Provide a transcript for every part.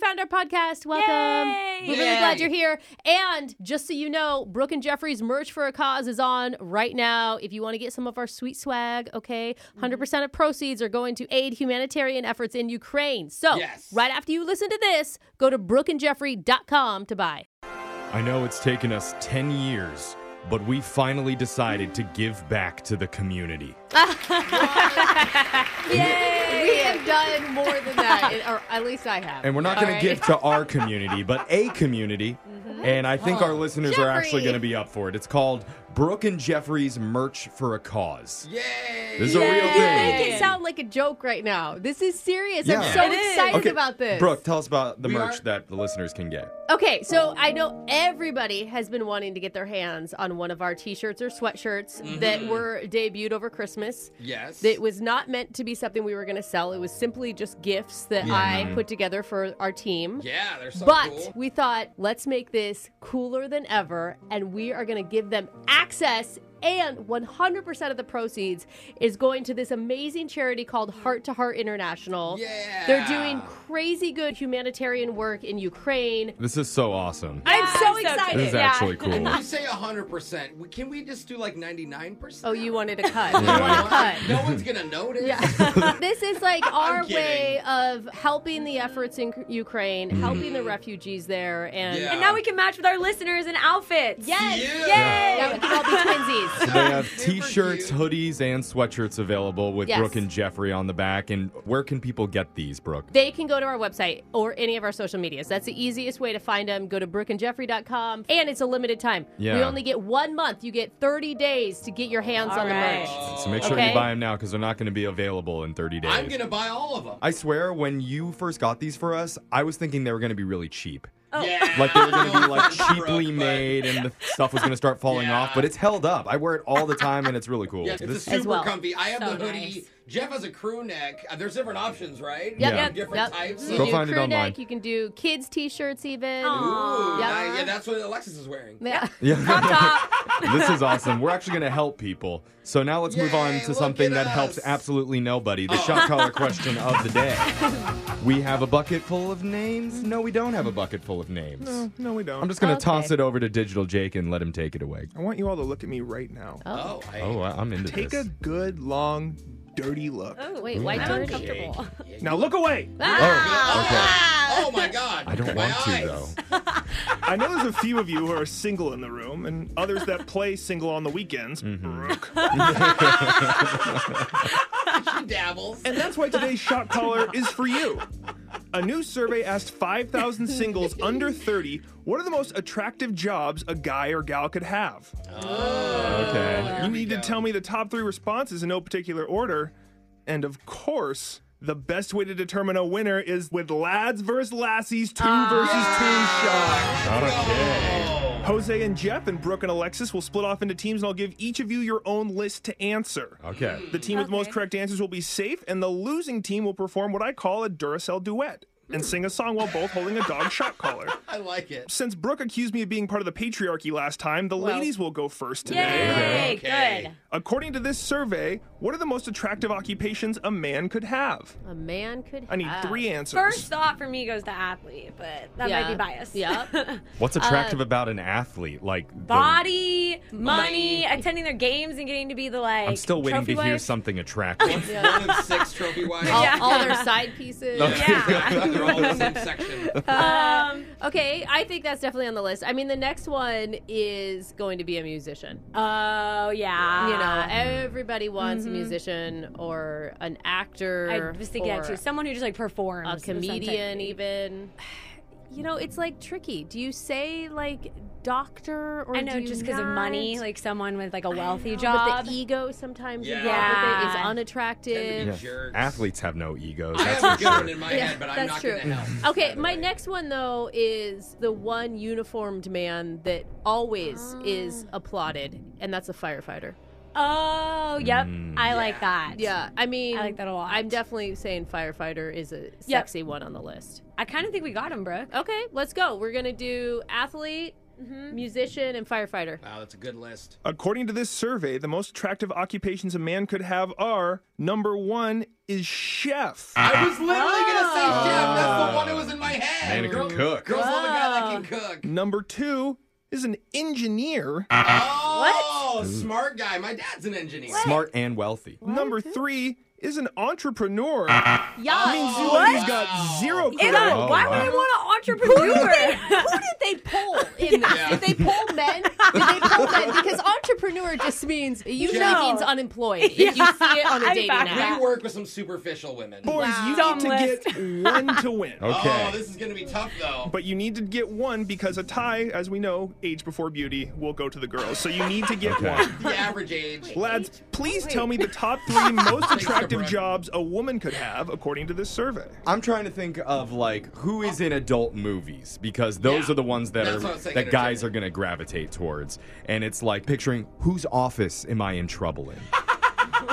found our podcast. Welcome. We're really Yay. glad you're here. And just so you know, Brooke and Jeffrey's merch for a cause is on right now. If you want to get some of our sweet swag, okay, 100% of proceeds are going to aid humanitarian efforts in Ukraine. So Yes. right after you listen to this, go to brookeandjeffrey.com to buy. I know it's taken us 10 years, but we finally decided to give back to the community. We have done more than that, or at least I have. And we're not going All right. to give to our community, but a community. And I think our listeners are actually Mm-hmm. Jeffrey. going to be up for it. It's called Brooke and Jeffrey's Merch for a Cause. Yay! This is a real You make thing. it sound like a joke right now. This is serious. I'm Yeah. so It is. excited about this. Brooke, tell us about the We merch are- that the listeners can get. Okay, so I know everybody has been wanting to get their hands on one of our t-shirts or sweatshirts that were debuted over Christmas. Mm-hmm. Yes. It was not meant to be something we were going to sell. It was simply just gifts that I put together for our team. Mm-hmm. yeah, they're so But cool. we thought, let's make this cooler than ever, and we are going to give them access. And 100% of the proceeds is going to this amazing charity called Heart to Heart International. Yeah. They're doing crazy good humanitarian work in Ukraine. This is so awesome. I'm so I'm so excited. this is actually cool. You say 100%. We- Can we just do like 99%? Oh, you wanted a cut. Yeah. You want a cut. No one's gonna notice. Yeah. this is like our kidding. way of helping the efforts in Ukraine, Mm-hmm. helping the refugees there, and Yeah. And now we can match with our listeners and outfits. yes, Yeah. now we Yay! can all be twinsies. They have t Super shirts, cute. hoodies, and sweatshirts available with Yes. Brooke and Jeffrey on the back. And where can people get these, Brooke? They can go to our website or any of our social medias. That's the easiest way to find them. Go to brookandjeffrey.com, and it's a limited time. We Yeah. only get one month. You get 30 days to get your hands All on right. the merch. So make sure Okay. you buy them now because they're not going to be available in 30 days. I'm gonna buy all of them. I swear, when you first got these for us, I was thinking they were going to be really cheap. Oh. Yeah. Like they were going to be like Brooke, cheaply but- made and the stuff was going to start falling Yeah. off, but it's held up. I wear it all the time and it's really cool. Yes, it's a This- super well. comfy. I have So the hoodie. nice. Jeff has a crew neck. Uh, There's different options, Yep, right? Yeah. Yep, Different yep. types. You Go do find it crew online. neck, You can do kids' t-shirts even. Ooh, Yep. I- yeah, that's what Alexis is wearing. Yeah. yeah. Top. this is awesome. We're actually going to help people. So now let's move on Yay, to look something at that us. Oh. helps absolutely nobody the shot collar question of the day. We have a bucket full of names. No, we don't have a bucket full of names. No, we don't. I'm just going to Okay. toss it over to Digital Jake and let him take it away. I want you all to look at me right now. Oh, I, Oh, I- I'm into Take a this. good, long, dirty look. Oh, Wait, why I'm dirty? uncomfortable. Now look away. Ah. oh, okay. oh my God! I don't my want eyes. to though. I know there's a few of you who are single in the room and others that play single on the weekends. Mm-hmm. Brooke. She dabbles. And that's why today's shot caller is for you. A new survey asked 5,000 singles under 30 what are the most attractive jobs a guy or gal could have? Okay. You need to tell me the top three responses in no particular order. And of course, the best way to determine a winner is with lads versus lassies, two versus two shot. Oh. Jose and Jeff and Brooke and Alexis will split off into teams, and I'll give each of you your own list to answer. Okay. The team with the most Okay. correct answers will be safe, and the losing team will perform what I call a Duracell duet and sing a song while both holding a dog shot collar. I like it. Since Brooke accused me of being part of the patriarchy last time, the ladies will go first today. Yay! Okay. Good. According to this survey, what are the most attractive occupations a man could have? A man could. I need have. three answers. First thought for me goes to athlete, but that Yeah. might be biased. Uh, Yep. What's attractive about an athlete? Like the- Body, money, Money. attending their games, and getting to be the like. I'm still waiting to trophy hear wife. something attractive. One of six trophy wives. All, Yeah. all their side pieces. Yeah. They're all in the same section. um, Okay, I think that's definitely on the list. I mean, the next one is going to be a musician. oh yeah. Mm-hmm. You know, everybody wants a musician or an actor. I was thinking that too. or Someone who just like performs. A of some type. comedian, even. You know, it's like tricky. Do you say like doctor or I know, do you just because of not? money, like someone with like a wealthy But job. the ego sometimes Yeah. involved with it is Yeah. unattractive. Tend to Yeah. be jerks. Athletes have no egos. I That's have a for good one sure. in my Yeah, head, but I'm that's not true. gonna help. Okay, by the my way. next one though is the one uniformed man that always is applauded, and that's a firefighter. oh, yep. I like that. Yeah, I mean, I like that a lot. I'm definitely saying firefighter is a sexy one on the list. I kind of think we got him, Brooke. Okay, let's go. We're gonna do athlete, Mm-hmm. musician, and firefighter. Wow, that's a good list. According to this survey, the most attractive occupations a man could have are number one is chef. Ah. I was literally gonna say Jeff. That's the one that was in my head. Diana can cook. Girls love a guy that can cook. Number two is an engineer. Oh, smart guy. My dad's an engineer. Smart and wealthy. Number three is an entrepreneur. Yeah. He's got zero Ew, credit. Oh, why would wow. I want an entrepreneur? Who did they pull in this? Yeah. Did they pull men? Did they pull men? Because entrepreneur just means it usually Yeah. means unemployed. If you see it on a I'm dating back. We app. work with some superficial women. Boys, you Dumb need to get one to win. Oh, Okay. this is gonna be tough though. But you need to get one because a tie, as we know, age before beauty will go to the girls. So you need to get Okay. one. the average age. Lads, please tell me the top three most attractive Brooke. jobs a woman could have according to this survey. I'm trying to think of like who is in adult movies because those Yeah. are the ones that That's what I are was saying, that guys entertainment. are gonna gravitate towards. And it's like picturing whose office am I in trouble in?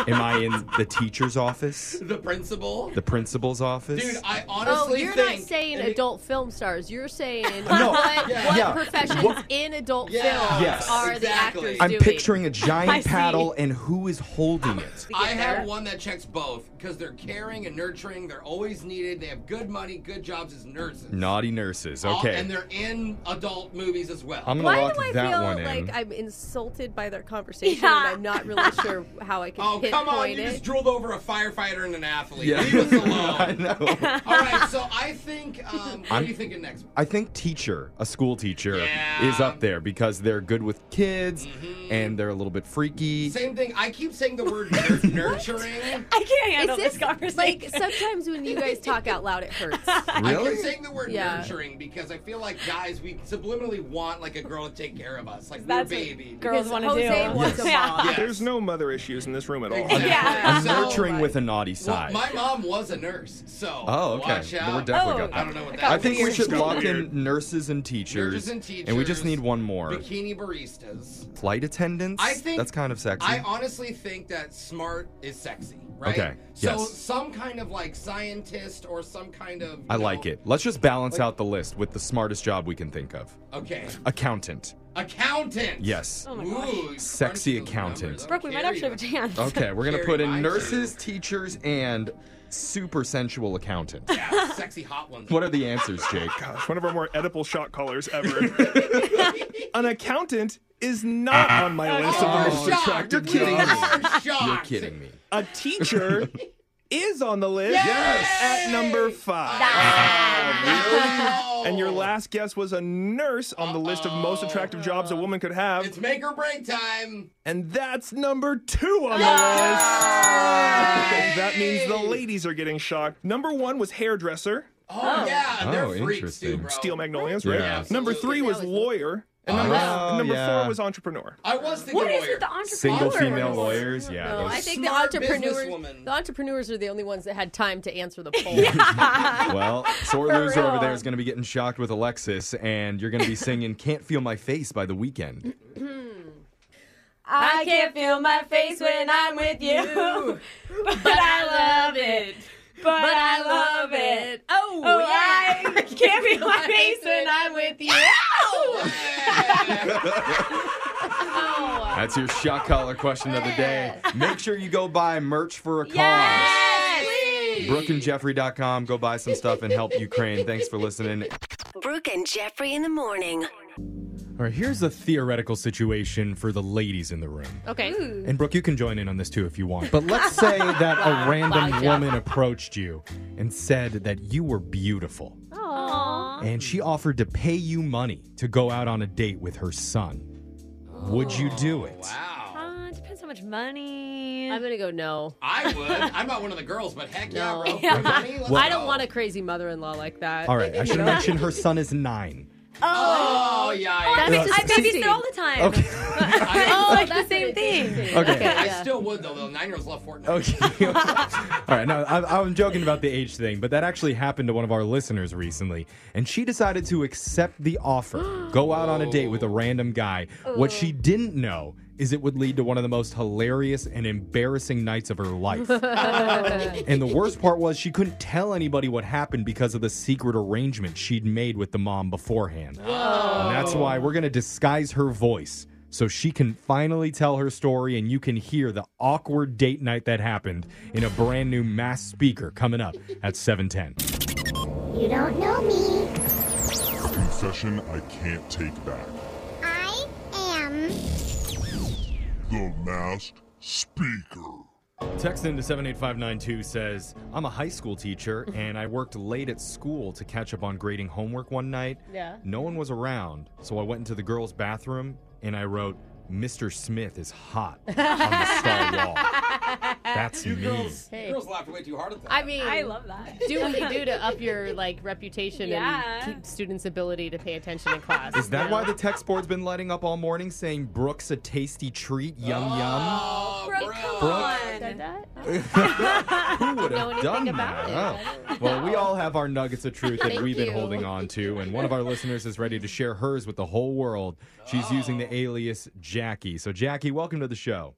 am I in the teacher's office? The principal. The principal's office? Dude, I Oh, honestly you're think not saying and it- adult film stars. You're saying No. what, Yeah. what Yeah. professions What- in adult Yeah. films Yes. are Exactly. the actors I'm doing? picturing a I giant see. paddle and who is holding it. I get there. have one that checks both because they're caring and nurturing. They're always needed. They have good money, good jobs as nurses. Naughty nurses. All- Okay. And they're in adult movies as well. I'm gonna Why lock do I that feel one in. like I'm insulted by their conversation Yeah. and I'm not really sure how I can oh, pinpoint come on. You it? just drooled over a firefighter and an athlete. Yeah. Leave us I alone. know. All right, so I think, um, what I'm- are you thinking next? I think teacher, a school teacher, Yeah. Mm-hmm. is up there because they're good with kids and they're a little bit freaky. Same thing. I keep saying the word nur- nurturing. I can't handle Is this, this conversation. like sometimes when you guys talk out loud, it hurts. I keep Really? saying the word Yeah. nurturing because I feel like guys, we subliminally want like a girl to take care of us, like we're That's what baby. girls Because want to do. Jose was a Yeah. mom. Yes. There's no mother issues in this room at all. Exactly. Yeah. I'm So- nurturing with a naughty Well, side. my mom was a nurse, so oh, okay. watch Then out. We're definitely Oh, got I that. don't know what that got I think we weird. should Got lock weird. in nurses and teachers. Nurses and we just teachers. need one more. Bikini baristas. Flight attendants? I think That's kind of sexy. I honestly think that smart is sexy, right? Okay, So yes. some kind of like scientist or some kind of. you I like know- it. Let's just balance out the list with the smartest job we can think of. Okay. Accountant. Accountant. Yes. Oh my gosh. Ooh, Sexy crunch those numbers. accountant. I'm Brooke, we might carrying actually have a it. chance. Okay, we're gonna Carry put in my nurses, teachers, and super sensual accountant. Yeah, sexy hot ones. What are the answers, Jake? Gosh, one of our more edible shot callers ever. An accountant is not on my list of the most Shocked. attractive We kidding me. are shocked. You're kidding me. A teacher is on the list Yes! at number five. Oh, And your last guess was a nurse on the list of most attractive jobs a woman could have. It's make or break time. and that's number two on the list. That means the ladies are getting shocked. Number one was hairdresser, Oh, yeah, they're Oh, freaks too, interesting. bro. Steel Magnolias, right? Yeah. number three was lawyer. And number, Oh, number yeah. four was entrepreneur. I was thinking What lawyer. is with the entrepreneur? Single female lawyers? Yeah. No, those- I think the Smart entrepreneurs, businesswoman. the entrepreneurs are the only ones that had time to answer the poll. well, sore loser over real. there is gonna be getting shocked with Alexis, and you're gonna be singing "Can't Feel My Face" by the weekend. I can't feel my face when I'm with you, but I love it. But I love it. Oh, Oh, yeah. I can't feel my face when I'm with you. Ow! Yeah. That's your shock collar question of the day. Make sure you go buy merch for a cause. BrookeandJeffrey.com. Go buy some stuff and help Ukraine. Thanks for listening. Brooke and Jeffrey in the morning. All right, here's a theoretical situation for the ladies in the room. Okay. And Brooke, you can join in on this too if you want. But let's say that a random woman approached you and said that you were beautiful. And she offered to pay you money to go out on a date with her son. Would you do it? Wow. Uh, it depends how much money. I'm gonna go no. I would. I'm not one of the girls, but heck yeah, No. bro. Yeah. For money, let's I don't go. want a crazy mother-in-law like that. All right, I should mention her son is nine. Oh, yeah. yeah. That's I disgusting. babysit all the time. Oh, I, It's like that's the same what it thing. Okay. I yeah. still would, though. The nine year olds love Fortnite. Okay. All right. No, I, I'm joking about the age thing, but that actually happened to one of our listeners recently, and she decided to accept the offer, go out on a date with a random guy. What she didn't know is it would lead to one of the most hilarious and embarrassing nights of her life. and the worst part was she couldn't tell anybody what happened because of the secret arrangement she'd made with the mom beforehand. And that's why we're going to disguise her voice so she can finally tell her story and you can hear the awkward date night that happened in a brand new mass speaker coming up at 710. You don't know me. confession I can't take back. I am. The Masked Speaker. Text into 78592 says, I'm a high school teacher and I worked late at school to catch up on grading homework one night. Yeah. No one was around, so I went into the girls' bathroom and I wrote, Mr. Smith is hot on the stall wall. That's You me. girls, Hey. you girls laughed way too hard at that. I mean, Uh, I love that. do what you do to up your like reputation Yeah. and keep students' ability to pay attention in class. Is that you why know? the text board's been lighting up all morning saying Brooke's a tasty treat? Yum yum. Oh, Brooke, bro. come Brooke. on. that? Who would know have anything done about that? it. Oh. Well, we all have our nuggets of truth that Thank we've been you. holding on to, and one of our listeners is ready to share hers with the whole world. She's using the alias Jackie. So, Jackie, welcome to the show.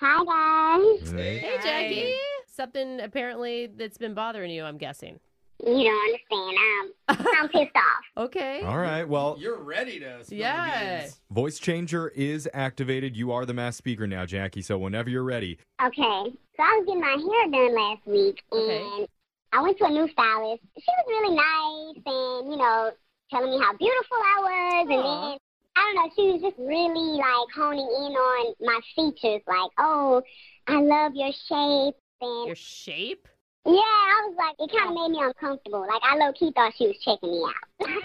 Hi, guys. Hey, Jackie. Something apparently that's been bothering you, I'm guessing. You don't understand. Um, I'm pissed off. Okay. All right. Well, You're ready to. spill the Yeah. beans. Voice changer is activated. You are the mass speaker now, Jackie. So whenever you're ready, Okay, so I was getting my hair done last week, and Okay. I went to a new stylist. She was really nice, and you know, telling me how beautiful I was, and Aw. then I don't know, she was just really like honing in on my features, like, oh, I love your shape, and Your shape? yeah, I was like, it kind of made me uncomfortable. Like I low key thought she was checking me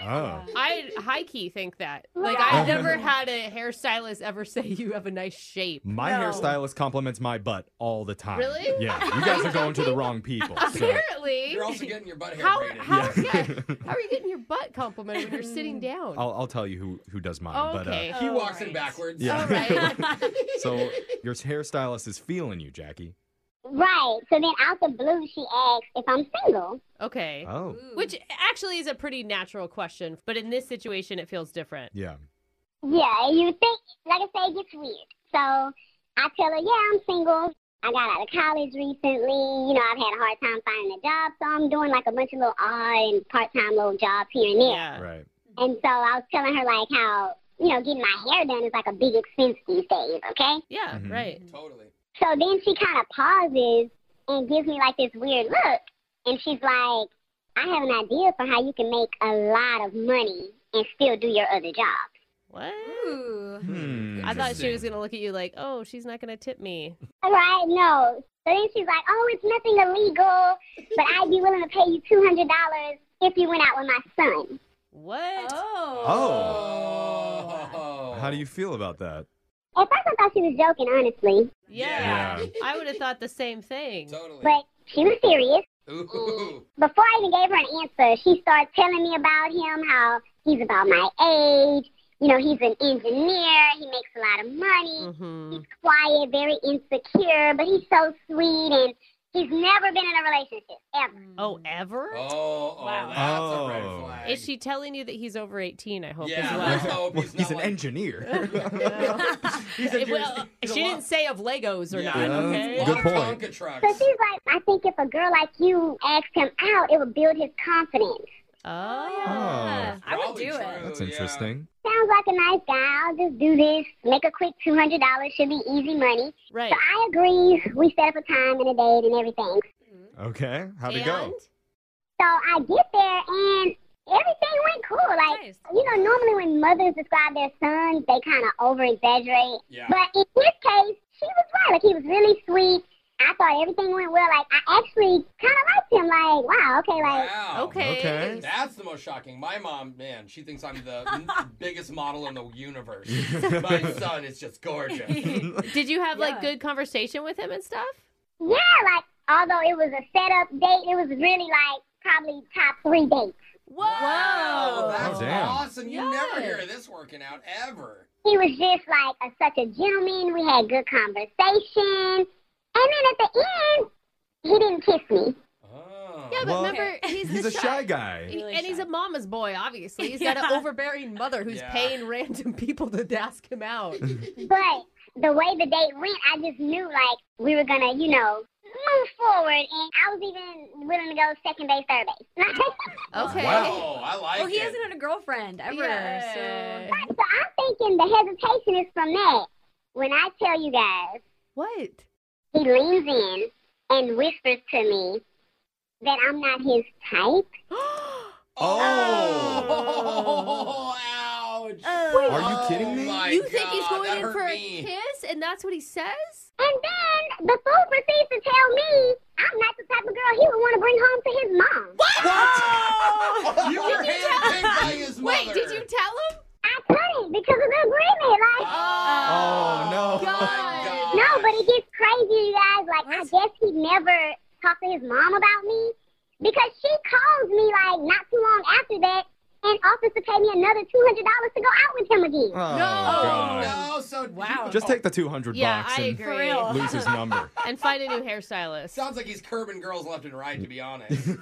out. oh, I high key think that. Like I've never had a hairstylist ever say you have a nice shape. my No. hairstylist compliments my butt all the time. Really? Yeah. You guys are going to the wrong people. So. Apparently. You're also getting your butt hair how braided. how, Yeah. yeah, how are you getting your butt complimented when you're sitting down? I'll, I'll tell you who who does mine. uh, okay. He Oh, walks in right. backwards. Yeah. All right. But uh, so your hairstylist is feeling you, Jackie. right. So then out the blue, she asked if I'm single. Okay. Oh, Which actually is a pretty natural question, but in this situation, it feels different. yeah. Yeah, you think, like I say, it gets weird. So I tell her, yeah, I'm single. I got out of college recently. You know, I've had a hard time finding a job, so I'm doing like a bunch of little odd and part-time little jobs here and there. Yeah. Right. And so I was telling her like how, you know, getting my hair done is like a big expense these days, okay? Yeah, Mhm. right. Totally. So then she kind of pauses and gives me like this weird look. And she's like, I have an idea for how you can make a lot of money and still do your other job. What? Ooh. Hmm. I thought she was going to look at you like, oh, she's not going to tip me. All right, no. Oh, So then she's like, oh, it's nothing illegal, but I'd be willing to pay you $200 if you went out with my son. What? Oh. Oh. How do you feel about that? At first, I thought she was joking, honestly, Yeah. Yeah. I would have thought the same thing. Totally. but she was serious. Ooh. Before I even gave her an answer, she started telling me about him, how he's about my age. You know, he's an engineer, he makes a lot of money. hmm He's quiet, very insecure, but he's so sweet, and he's never been in a relationship ever. Oh, ever? Oh, oh, Wow. that's a Oh. red flag. Is she telling you that he's over 18? I hope Yeah, as let's well. hope Well, he's, not an like- engineer. He's a It- well, he's a she lot- didn't say of Legos or Yeah. not, Yeah. okay? Good point. Tonka So trucks. she's like, I think if a girl like you asked him out, it would build his confidence. Oh, Yeah. I would Probably do it. true. That's yeah. interesting. Sounds like a nice guy. I'll just do this. Make a quick $200. Should be easy money. right. So I agree. We set up a time and a date and everything. Okay. How'd it go? So I get there, and everything went cool. Like, Nice. you know, normally when mothers describe their sons, they kind of over exaggerate. Yeah. But in his case, she was right. Like he was really sweet. I thought everything went well. Like I actually kind of liked him. Like wow, okay, like Wow. Okay. Okay. That's the most shocking. My mom, man, she thinks I'm the m- biggest model in the universe. My son is just gorgeous. Did you have like Yeah. good conversation with him and stuff? yeah, like although it was a setup date, it was really like probably top three dates. Whoa. Wow, that's Oh, damn. awesome. You never Yeah. hear this working out ever. He was just like a, such a gentleman. We had good conversation, and then at the end, he didn't kiss me. Oh. Yeah, but Well, remember, he's, He's the a shy guy. And, Really and he's shy. a mama's boy, obviously. He's got Yeah. an overbearing mother who's Yeah. paying random people to ask him out. But the way the date went, I just knew like we were gonna, you know, move forward, and I was even willing to go second base, third base. Okay. Wow, I like Well, he it. hasn't had a girlfriend ever, Yeah. so So I'm thinking the hesitation is from that. When I tell you guys, What? he leans in and whispers to me that I'm not his type. Oh, Are you kidding me? my You think he's God, that going in hurt for me. a kiss, and that's what he says? And then the fool proceeds to tell me I'm not the type of girl he would want to bring home to his mom. You were handpicked by his mother. Wait, did you tell him? I couldn't because of the agreement. Like, Oh, no. God. no, but it gets crazy, you guys. Like, I guess he never talked to his mom about me because she calls me, like, not too long after that and offers to pay me another $200 to go out with him again. Oh, God. No, so wow. Just take the 200 Yeah, bucks I and agree. For real. lose his number. And find a new hairstylist. Sounds like he's curbing girls left and right, to be honest. So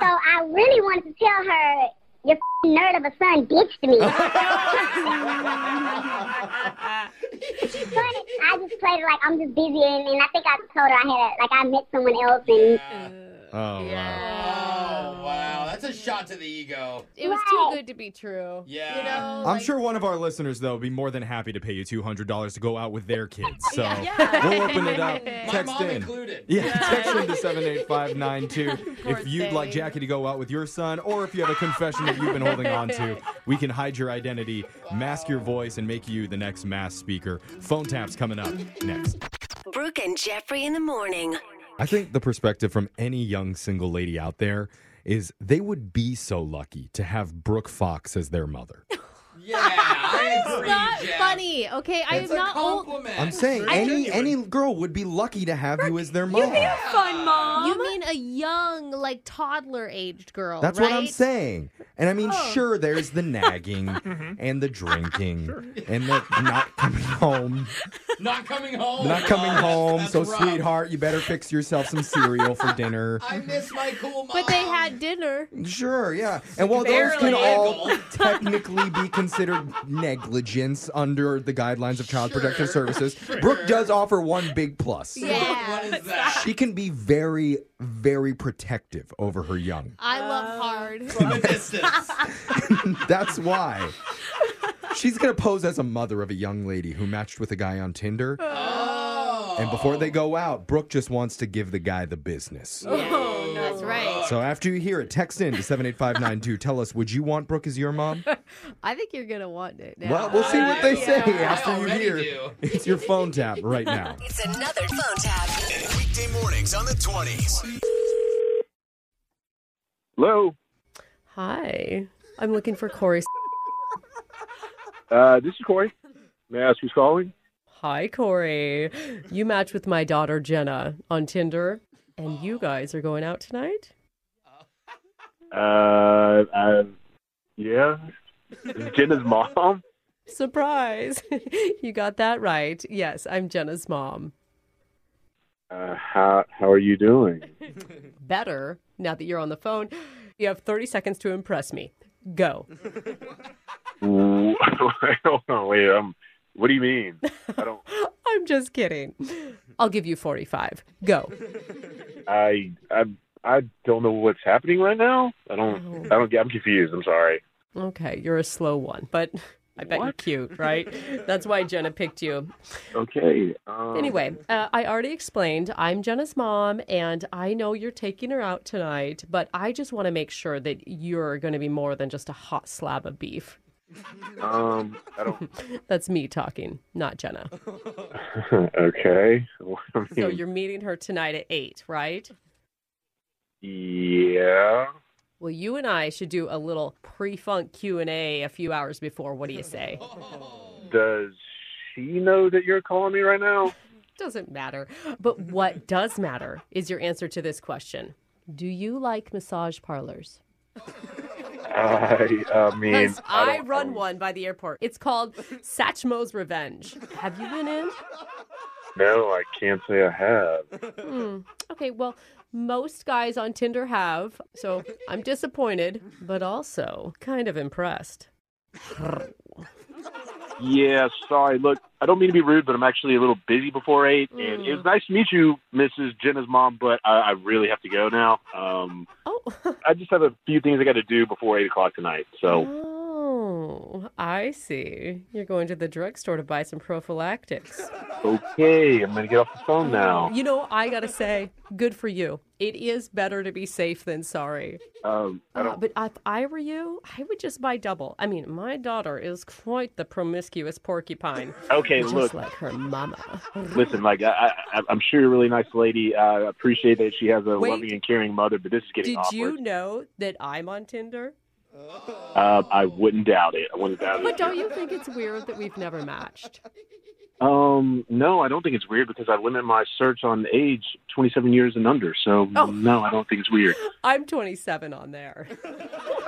I really wanted to tell her, your f***ing nerd of a son ditched me. but I just played it like I'm just busy, and, and I think I told her I had a, like I met someone else, and Oh, wow. Oh, wow. That's a shot to the ego. It was too good to be true. Yeah. You know? I'm sure one of our listeners, though, would be more than happy to pay you $200 to go out with their kids. So Yeah. we'll open it up. My Text mom in. included. Yeah, text in to 78592 if you'd like Jackie to go out with your son or if you have a confession that you've been holding on to. We can hide your identity, mask your voice, and make you the next mass speaker. Phone taps coming up next. Brooke and Jeffrey in the morning. I think the perspective from any young single lady out there is they would be so lucky to have Brooke Fox as their mother. Yeah, I agree, Not Jeff. funny, okay? I It's am a not old. compliment. I'm saying I any genuine. any girl would be lucky to have you as their mom. Fun mom. You mean a young, like toddler aged girl? That's right? what I'm saying. And I mean, sure, there's the nagging Mm-hmm. and the drinking and the not coming home. not coming home. Not coming Mom. home. Oh, That's so, rough. sweetheart, you better fix yourself some cereal for dinner. I miss my cool mom. But they had dinner. Sure, yeah. And while those can Barely. all technically be considered negligence under the guidelines of Child Protective Sure. Services, Brooke does offer one big plus. What is that? She can be very, very protective over her young. I Um, love hard. From a distance. That's why. She's going to pose as a mother of a young lady who matched with a guy on Tinder. Oh. And before they go out, Brooke just wants to give the guy the business. Oh, That's Oh. right. So after you hear it, text in to 78592. Tell us, would you want Brooke as your mom? I think you're gonna want it now. Well, we'll see what they say after you already hear. do. It's your phone tap right now. It's another phone tap. Weekday mornings on the 20s. Hello. Hi, I'm looking for Corey. Uh, this is Corey. May I ask who's calling? Hi, Corey. You match with my daughter Jenna on Tinder, and you guys are going out tonight. Uh, uh yeah. Jenna's mom. Surprise! you got that right. Yes, I'm Jenna's mom. Uh, how how are you doing? Better now that you're on the phone. You have 30 seconds to impress me. Go. Mm-hmm. Ooh, I don't know. Wait, um, what do you mean? I don't. I'm just kidding. I'll give you 45. Go. I I I don't know what's happening right now. I don't. I don't. get- I'm confused. I'm sorry. Okay, you're a slow one, but I bet you're cute, right? That's why Jenna picked you. Okay. Oh. Um, Anyway, uh, I already explained I'm Jenna's mom, and I know you're taking her out tonight, but I just want to make sure that you're going to be more than just a hot slab of beef. Um, I don't. That's me talking, not Jenna. okay. I mean, So you're meeting her tonight at 8, right? yeah. Well, you and I should do a little pre-funk Q&A a few hours before. What do you say? Does she know that you're calling me right now? Doesn't matter. But what does matter is your answer to this question. Do you like massage parlors? I, I mean, Because I, don't- run one by the airport. It's called Satchmo's Revenge. Have you been in? No, I can't say I have. Hmm. Okay, well, most guys on Tinder have, so I'm disappointed, but also kind of impressed. Yeah, sorry. Look, I don't mean to be rude, but I'm actually a little busy before eight, and Mm. it was nice to meet you, Mrs. Jenna's mom. But I, I really have to go now. Um, Oh, I just have a few things I got to do before eight o'clock tonight. So, oh. Oh, I see. You're going to the drugstore to buy some prophylactics. Okay, I'm gonna get off the phone now. Oh. You know, I gotta say, good for you. It is better to be safe than sorry. Um, I Uh, don't. but if I were you, I would just buy double. I mean, my daughter is quite the promiscuous porcupine. Okay, just look. like her mama. Listen, like I, I, I'm sure you're a really nice lady. I appreciate that she has a Wait. loving and caring mother, but this is getting Did awkward. you know that I'm on Tinder? Uh, I wouldn't doubt it. I wouldn't doubt it. But don't you think it's weird that we've never matched? Um, no, I don't think it's weird because I limit my search on age 27 years and under. So Oh. no, I don't think it's weird. I'm 27 on there.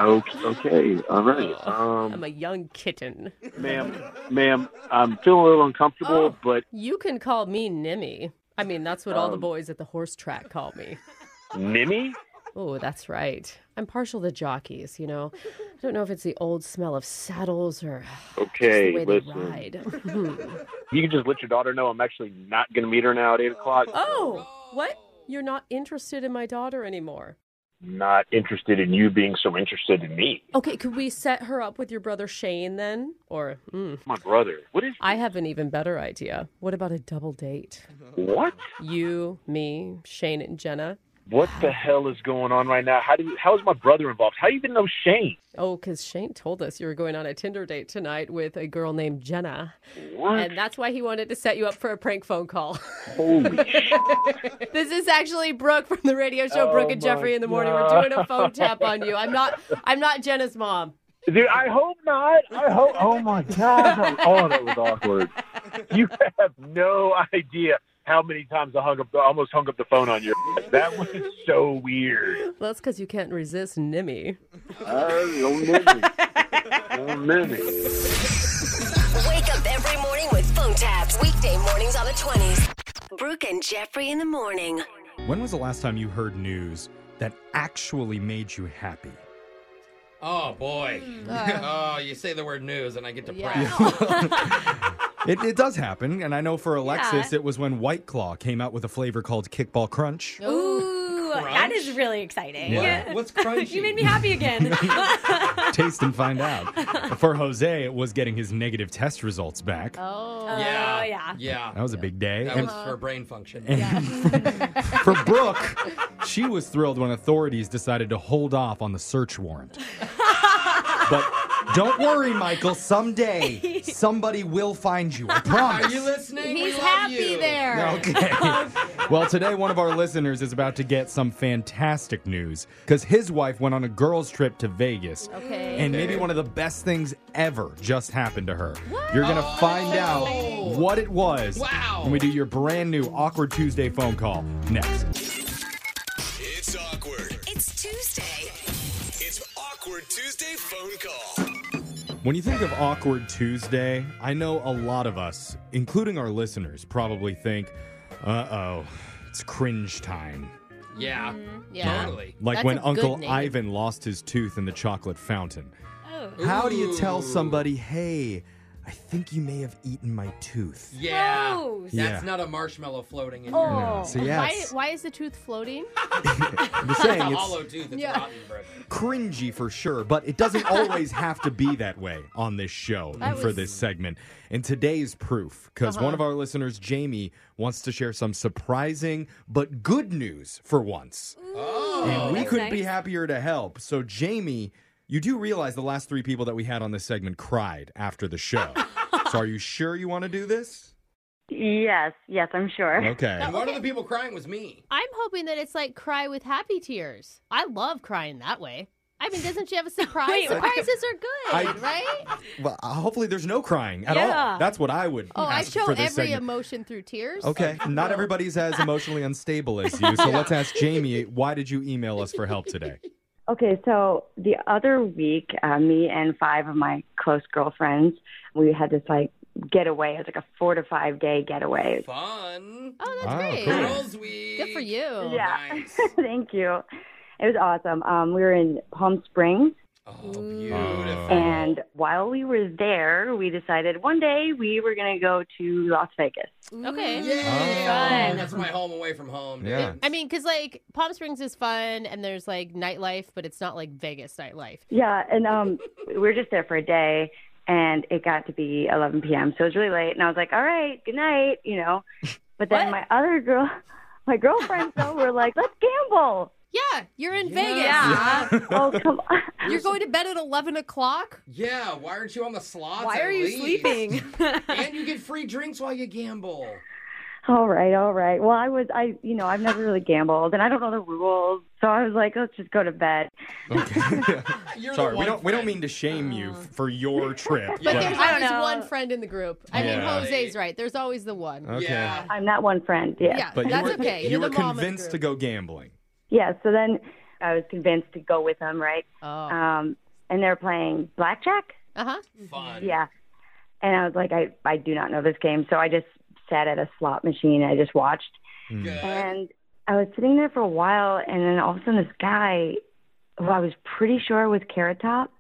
Okay, okay all right. I'm Um, a young kitten. ma'am, ma'am, I'm feeling a little uncomfortable, Oh. but You can call me Nimmy. I mean, that's what all the Um, boys at the horse track call me. Nimmy? Oh, that's right. I'm partial to jockeys, you know. I don't know if it's the old smell of saddles or Okay, the way they listen. ride. You can just let your daughter know I'm actually not going to meet her now at 8 o'clock. oh, what? You're not interested in my daughter anymore. Not interested in you being so interested in me. Okay, could we set her up with your brother Shane then? Or, mm, My brother. What is. I have an even better idea. What about a double date? What? You, me, Shane, and Jenna. What the hell is going on right now? How do you, How is my brother involved? How do you even know Shane? Oh, because Shane told us you were going on a Tinder date tonight with a girl named Jenna. What? And that's why he wanted to set you up for a prank phone call. Holy this is actually Brooke from the radio show Brooke and Oh my Jeffrey in the morning. We're God. doing a phone tap on you. I'm not I'm not Jenna's mom. Dude, I hope not. I hope. Oh my god! that- Oh, that was awkward. You have no idea how many times I hung up, almost hung up the phone on you. That was so weird. Well, that's because you can't resist Nimmy. Oh, Nimmy. Oh, Nimmy. Wake up every morning with phone taps. Weekday mornings on the 20s. Brooke and Jeffrey in the morning. When was the last time you heard news that actually made you happy? Oh boy. Mm. oh, you say the word news and I get depressed. It, it does happen, and I know for Alexis, it was when White Claw came out with a flavor called Kickball Crunch. Ooh, that is really exciting. Yeah. What's crunchy? you made me happy again. Taste and find out. For Jose, it was getting his negative test results back. Oh, Yeah. yeah. Yeah. That was a big day. That And was for brain function. for Brooke, she was thrilled when authorities decided to hold off on the search warrant. But don't worry, Michael. Someday, somebody will find you. I Are promise. you listening? we He's love happy you. there. Okay. well, today one of our listeners is about to get some fantastic news because his wife went on a girls' trip to Vegas. Okay. And maybe one of the best things ever just happened to her. You're going to find out Oh. what it was Wow. when we do your brand new Awkward Tuesday phone call next. It's awkward. It's Tuesday. It's awkward Tuesday phone call. When you think of Awkward Tuesday, I know a lot of us, including our listeners, probably think, uh oh, it's cringe time. Yeah. Mm-hmm. Yeah. Totally. Like That's when a good Uncle name. Ivan lost his tooth in the chocolate fountain. Oh. How do you Ooh. tell somebody, hey, I think you may have eaten my tooth? Yeah. Gross. Yeah. That's not a marshmallow floating in Oh. your Yeah, So, yeah, Why, it's, why is the tooth floating? I'm just saying It's a it's hollow tooth that's Yeah. rotten, Brooke. cringy for sure, but it doesn't always have to be that way on this show and for was- this segment. And today's proof, because one of our listeners, Jamie, wants to share some surprising but good news for once. Oh. and we couldn't be happier to help. So, Jamie, you do realize the last three people that we had on this segment cried after the show. so, are you sure you want to do this? Yes, yes, I'm sure. Okay. And one of the people crying was me. I'm hoping that it's like cry with happy tears. I love crying that way. I mean, doesn't she have a surprise? Wait, what? Surprises are good, I- right? Well, uh, hopefully there's no crying at Yeah. all. That's what I would. Oh, I ask show for every this segment. emotion through tears. Okay, not everybody's as emotionally unstable as you. So let's ask Jamie, why did you email us for help today? Okay, so the other week, uh, me and five of my close girlfriends, we had this like getaway. It was like a four to five day getaway. Fun. Oh, that's Wow, great. Ah, cool. Girls week. Good for you. Yeah. Nice. Thank you. It was awesome. Um, we were in Palm Springs, Oh, beautiful. and while we were there, we decided one day we were going to go to Las Vegas. Okay. Yay. Oh. That's my home away from home. dude. Yeah. I mean, because like Palm Springs is fun and there's like nightlife, but it's not like Vegas nightlife. Yeah, and um, we were just there for a day. and it got to be 11 p.m. So it was really late, and I was like, "All right, good night," you know. But then my other girl, my girlfriends though, were like, "Let's gamble." Yeah, you're in Vegas. Yeah. oh come on! You're going to bed at 11 o'clock? Yeah, why aren't you on the slots? Why at are you least? sleeping? and you get free drinks while you gamble. All right, all right. Well, I was, I, you know, I've never really gambled, and I don't know the rules, so I was like, "Let's just go to bed." Sorry, we don't we don't mean to shame you Oh. f- for your trip. But there's I don't always know. one friend in the group. I mean, Yeah. Jose's right. There's always the one. Okay. Yeah. I'm that one friend. Yeah. Yeah. but you That's were, okay. You You're were the mom of the convinced to go gambling. Yeah, so then I was convinced to go with him, right? Oh. Um, and they're playing blackjack. Uh huh. Fun. Yeah. And I was like, I, I do not know this game. So I just sat at a slot machine and I just watched. And I was sitting there for a while. And then all of a sudden, this guy, who I was pretty sure was Carrot Top,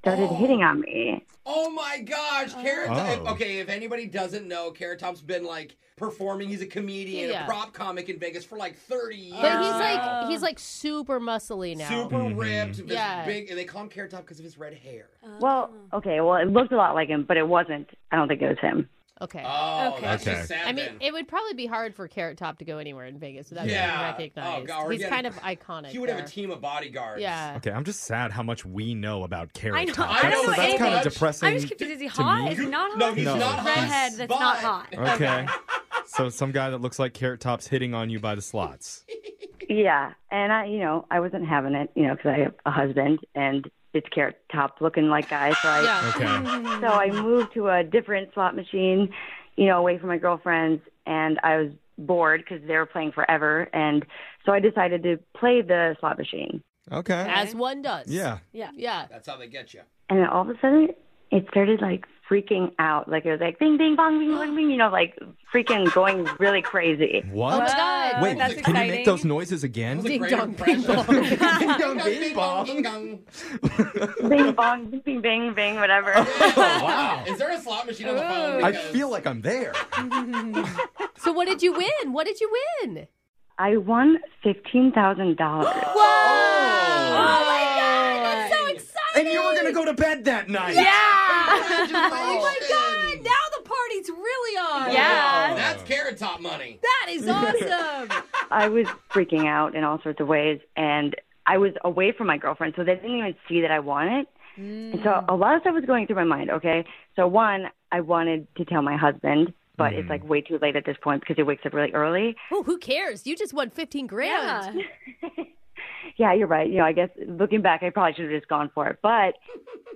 started hitting on me. Oh my gosh, Uh. Carrot Top. Oh. Okay, if anybody doesn't know, Carrot Top's been like performing. He's a comedian, Yeah. a prop comic in Vegas for like 30 years. But he's now. like he's like super muscly now. super ripped, this Yeah. Uh, big, and they call him Carrot Top because of his red hair. Oh. Well, okay. Well, it looked a lot like him, but it wasn't. I don't think it was him. Okay. Oh, that's Okay. just sad I mean, then. it would probably be hard for Carrot Top to go anywhere in Vegas without Yeah. being recognized. Oh, God, or He's get- kind of iconic. He would have there. a team of bodyguards. Yeah. Okay, I'm just sad how much we know about Carrot I know- Top. I That's, don't know that's kind of anything. depressing. I'm just confused. Is he to hot? me. Is he not No, hot? he's No. not redhead. hot, That's but- not hot. Okay. so some guy that looks like Carrot Top's hitting on you by the slots. Yeah, and I, you know, I wasn't having it, you know, because I have a husband and it's carrot top looking like guy. So I, Yeah. Okay. so I moved to a different slot machine, you know, away from my girlfriends, and I was bored because they were playing forever, and so I decided to play the slot machine, Okay. As one does. Yeah. Yeah. Yeah. That's how they get you. and then all of a sudden it started like freaking out, like it was like bing, bing, bong, bing, bong, bing, you know, like freaking going really crazy. What? Oh my God, Wait, that's can you make those noises again? Ding dong, ding dong, bing bong. Ding dong. bing, bong, bing, bing, bing, bing, whatever. Oh, wow. Is there a slot machine on the Oh, phone? I Because- feel like I'm there. So what did you win? What did you win? I won fifteen thousand dollars. Oh, Oh That's so exciting. And you were going to go to bed that night. oh my god! Now the party's really on. Oh, That's Carrot Top money. That is awesome. I was freaking out in all sorts of ways, and I was away from my girlfriend, so they didn't even see that I won it. And Mm. so a lot of stuff was going through my mind. Okay, so one, I wanted to tell my husband, but Mm. it's like way too late at this point because he wakes up really early. Hmm. Ooh, who cares? You just won 15 grand. Yeah, you're right. You know, I guess looking back, I probably should have just gone for it. But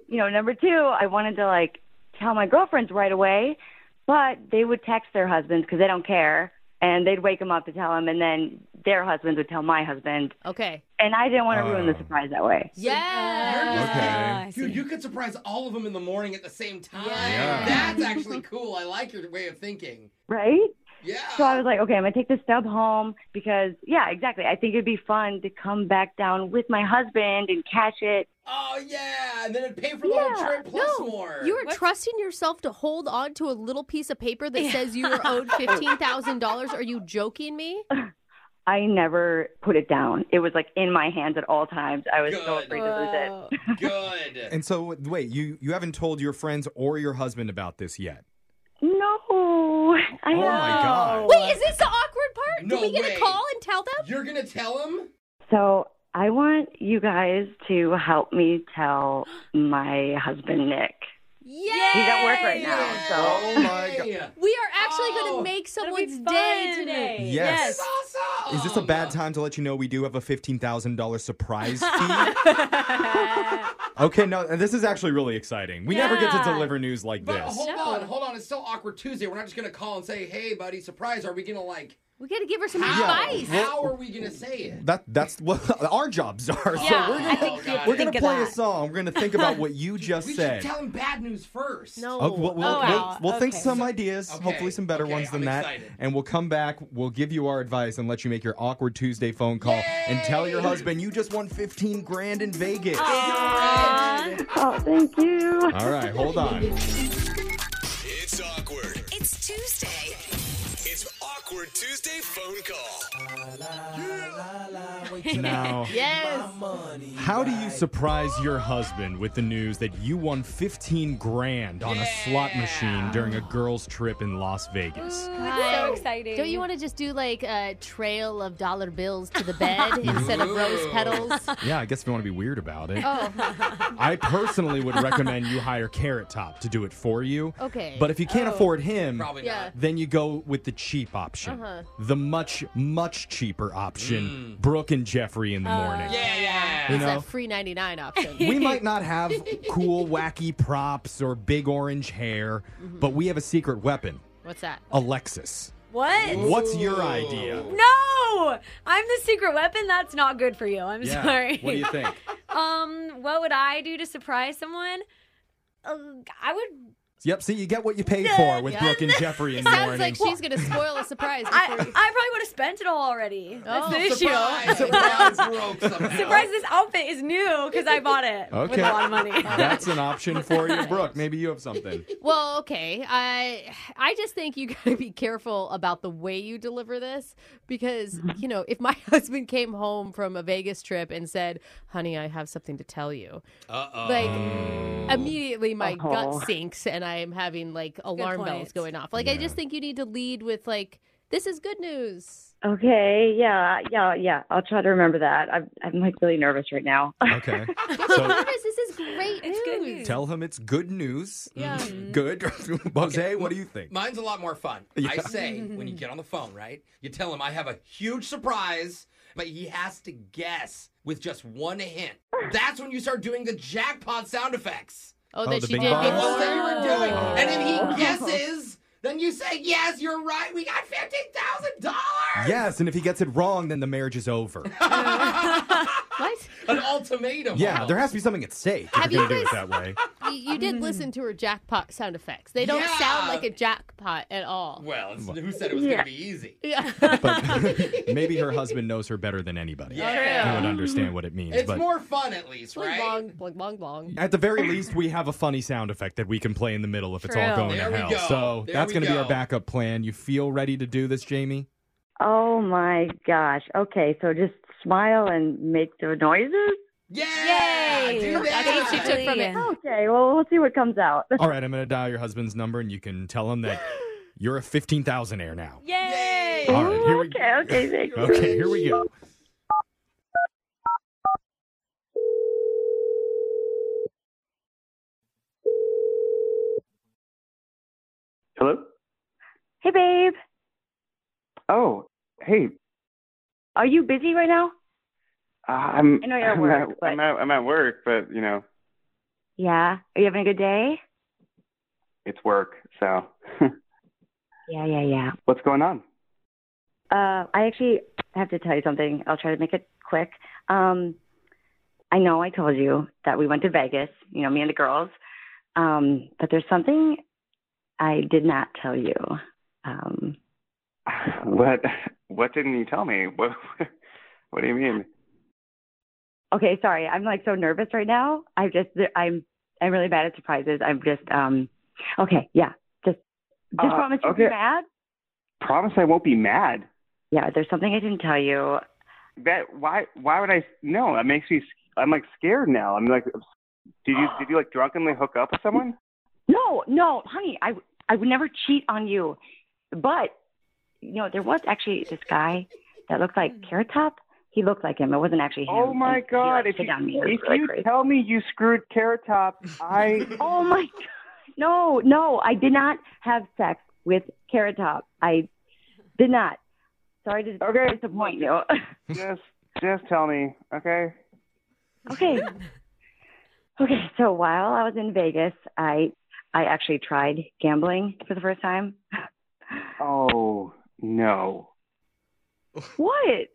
you know, number two, I wanted to like tell my girlfriends right away, but they would text their husbands because they don't care, and they'd wake him up to tell him, and then their husbands would tell my husband. Okay. And I didn't want to ruin Oh. the surprise that way. Yeah. Okay. Dude, you could surprise all of them in the morning at the same time. Yeah. That's actually cool. I like your way of thinking. Right? Yeah. So I was like, okay, I'm going to take this stub home because, yeah, exactly. I think it'd be fun to come back down with my husband and catch it. Oh yeah, and then it paid for the whole trip plus more. You are trusting yourself to hold on to a little piece of paper that says you were owed $15,000. Are you joking me? I never put it down. It was like in my hands at all times. I was so Good. afraid to lose it. good. And so, wait, you, you haven't told your friends or your husband about this yet. No. I Oh, my God. Wait, is this the awkward part? No Do we get way. a call and tell them? You're gonna tell him? So I want you guys to help me tell my husband, Nick. Yeah. He's at work right now. So. Oh, my God. Yeah. We are actually Oh, going to make someone's fun. day today. Yes. Awesome. Is this a bad time to let you know we do have a $15,000 surprise fee? okay, no, this is actually really exciting. We never get to Yeah. deliver news like But this. hold on, hold on. It's still awkward Tuesday. We're not just gonna call and say, "Hey, buddy, surprise." Are we gonna like? We got to give her some How? advice. How are we gonna say it? That that's what our jobs are. Yeah, so we're I gonna, think you have to we're gonna think of play a that. song. We're gonna think about what you just Oh, we said. should tell him bad news first. No. Oh, we'll we'll, Oh, wow. we'll, we'll think Okay. some ideas, Okay, hopefully some better okay, ones than I'm that, excited. and we'll come back. We'll give you our advice and let you make your awkward Tuesday phone call and tell your husband you just won fifteen grand in Vegas. Oh, thank you. All right, hold on. It's awkward. It's Tuesday. It's Awkward Tuesday phone call. Now- yes. How do you surprise your husband with the news that you won 15 grand on a slot machine during a girls' trip in Las Vegas? Hi. exciting. Don't you want to just do like a trail of dollar bills to the bed instead of rose Ooh. petals? Yeah, I guess if you want to be weird about it. Oh, I personally would recommend you hire Carrot Top to do it for you. Okay. But if you can't Oh. afford him, Probably not. Yeah. then you go with the cheap option. Uh-huh. The much, much cheaper Mm. option. Brooke and Jeffrey in the Uh, Oh, morning. yeah. You It's know? that free 99 option. we might not have cool, wacky props or big orange hair, Mm-hmm. Mhm. but we have a secret weapon What's that? Alexis. What? What's your idea? No, I'm the secret weapon. That's not good for you. I'm Yeah. sorry. What do you think? um, what would I do to surprise someone? Uh, I would. Yep, see, you get what you paid for with Brooke and Jeffrey in the morning. gonna spoil a surprise. I, I probably would have spent it all already. That's Oh, the issue. surprise. Surprise! This outfit is new because I bought it with Okay. a lot of money. That's an option for you, Brooke. Maybe you have something. Well, okay. I I just think you gotta be careful about the way you deliver this because Mm-hmm. you know if my husband came home from a Vegas trip and said, "Honey, I have something to tell you," Uh-oh. like immediately my Uh-oh. gut sinks and I am having like alarm point. bells going off. Like I just think you need to lead with like, "This is good news." Okay, yeah, yeah, yeah. I'll try to remember that. I'm, I'm like really nervous right now. Okay. So, this is great news. Tell him it's good news. Yeah. Good. Jose, what do you think? Mine's a lot more fun. Yeah. I say when you get on the phone, right? You tell him I have a huge surprise, but he has to guess with just one hint. That's when you start doing the jackpot sound effects. Oh, Oh, that the she big did It box? was what you were doing. Oh. And if he guesses, then you say, "Yes, you're right. We got fifteen thousand dollars." Yes, and if he gets it wrong, then the marriage is over. What? An ultimatum. yeah, almost. there has to be something at stake if Have you're you going to do guys- it that way. You, you did listen to her jackpot sound effects. They don't sound Yeah. like a jackpot at all. Well, it's- who said it was Yeah. going to be easy? Yeah. But maybe her husband knows her better than anybody. Yeah. He would understand what it means. It's but more fun at least, right? Long, long, long, long. at the very least, we have a funny sound effect that we can play in the middle if it's all True. going There to we hell. go. So There that's we going to be our go. backup plan. You feel ready to do this, Jamie? Oh my gosh. Okay, so just smile and make the noises. Yeah, Yay! do That's what that. she took from it. Okay, well we'll see what comes out. All right, I'm going to dial your husband's number, and you can tell him that you're a 15,000 air now. Yay! All right, here we okay, okay, thanks. Okay, here we go. Hello? Hey babe, Oh, hey. are you busy right now? uh, I'm, I know you're at I'm, work, at, but- I'm, at, I'm at work, but, you know, Yeah. Are you having a good day? it's work. So, Yeah, yeah, yeah. what's going on? Uh, I actually have to tell you something. I'll try to make it quick. Um, I know I told you that we went to Vegas, you know, me and the girls. Um, but there's something I did not tell you. Um, What What didn't you tell me? What What do you mean? okay, sorry. I'm like so nervous right now. I just, I'm, I'm really bad at surprises. I'm just, um, okay, yeah. Just, just Uh, promise you'll okay. be mad. Promise I won't be mad. Yeah, there's something I didn't tell you. That why Why would I? No, that makes me. I'm like scared now. I'm like, did you did you like drunkenly hook up with someone? No, no, honey, I, I would never cheat on you. But, you know, there was actually this guy that looked like Carrot Top. He looked like him. It wasn't actually him. Hmm. Oh my And he, God! like, If hit you, on me. It was if really you crazy. tell me you screwed Carrot Top, I oh my God. No, no, I did not have sex with Carrot Top. I did not. Sorry to disappoint you. just just tell me, okay? okay. Okay, so while I was in Vegas, I I actually tried gambling for the first time. Oh no! What?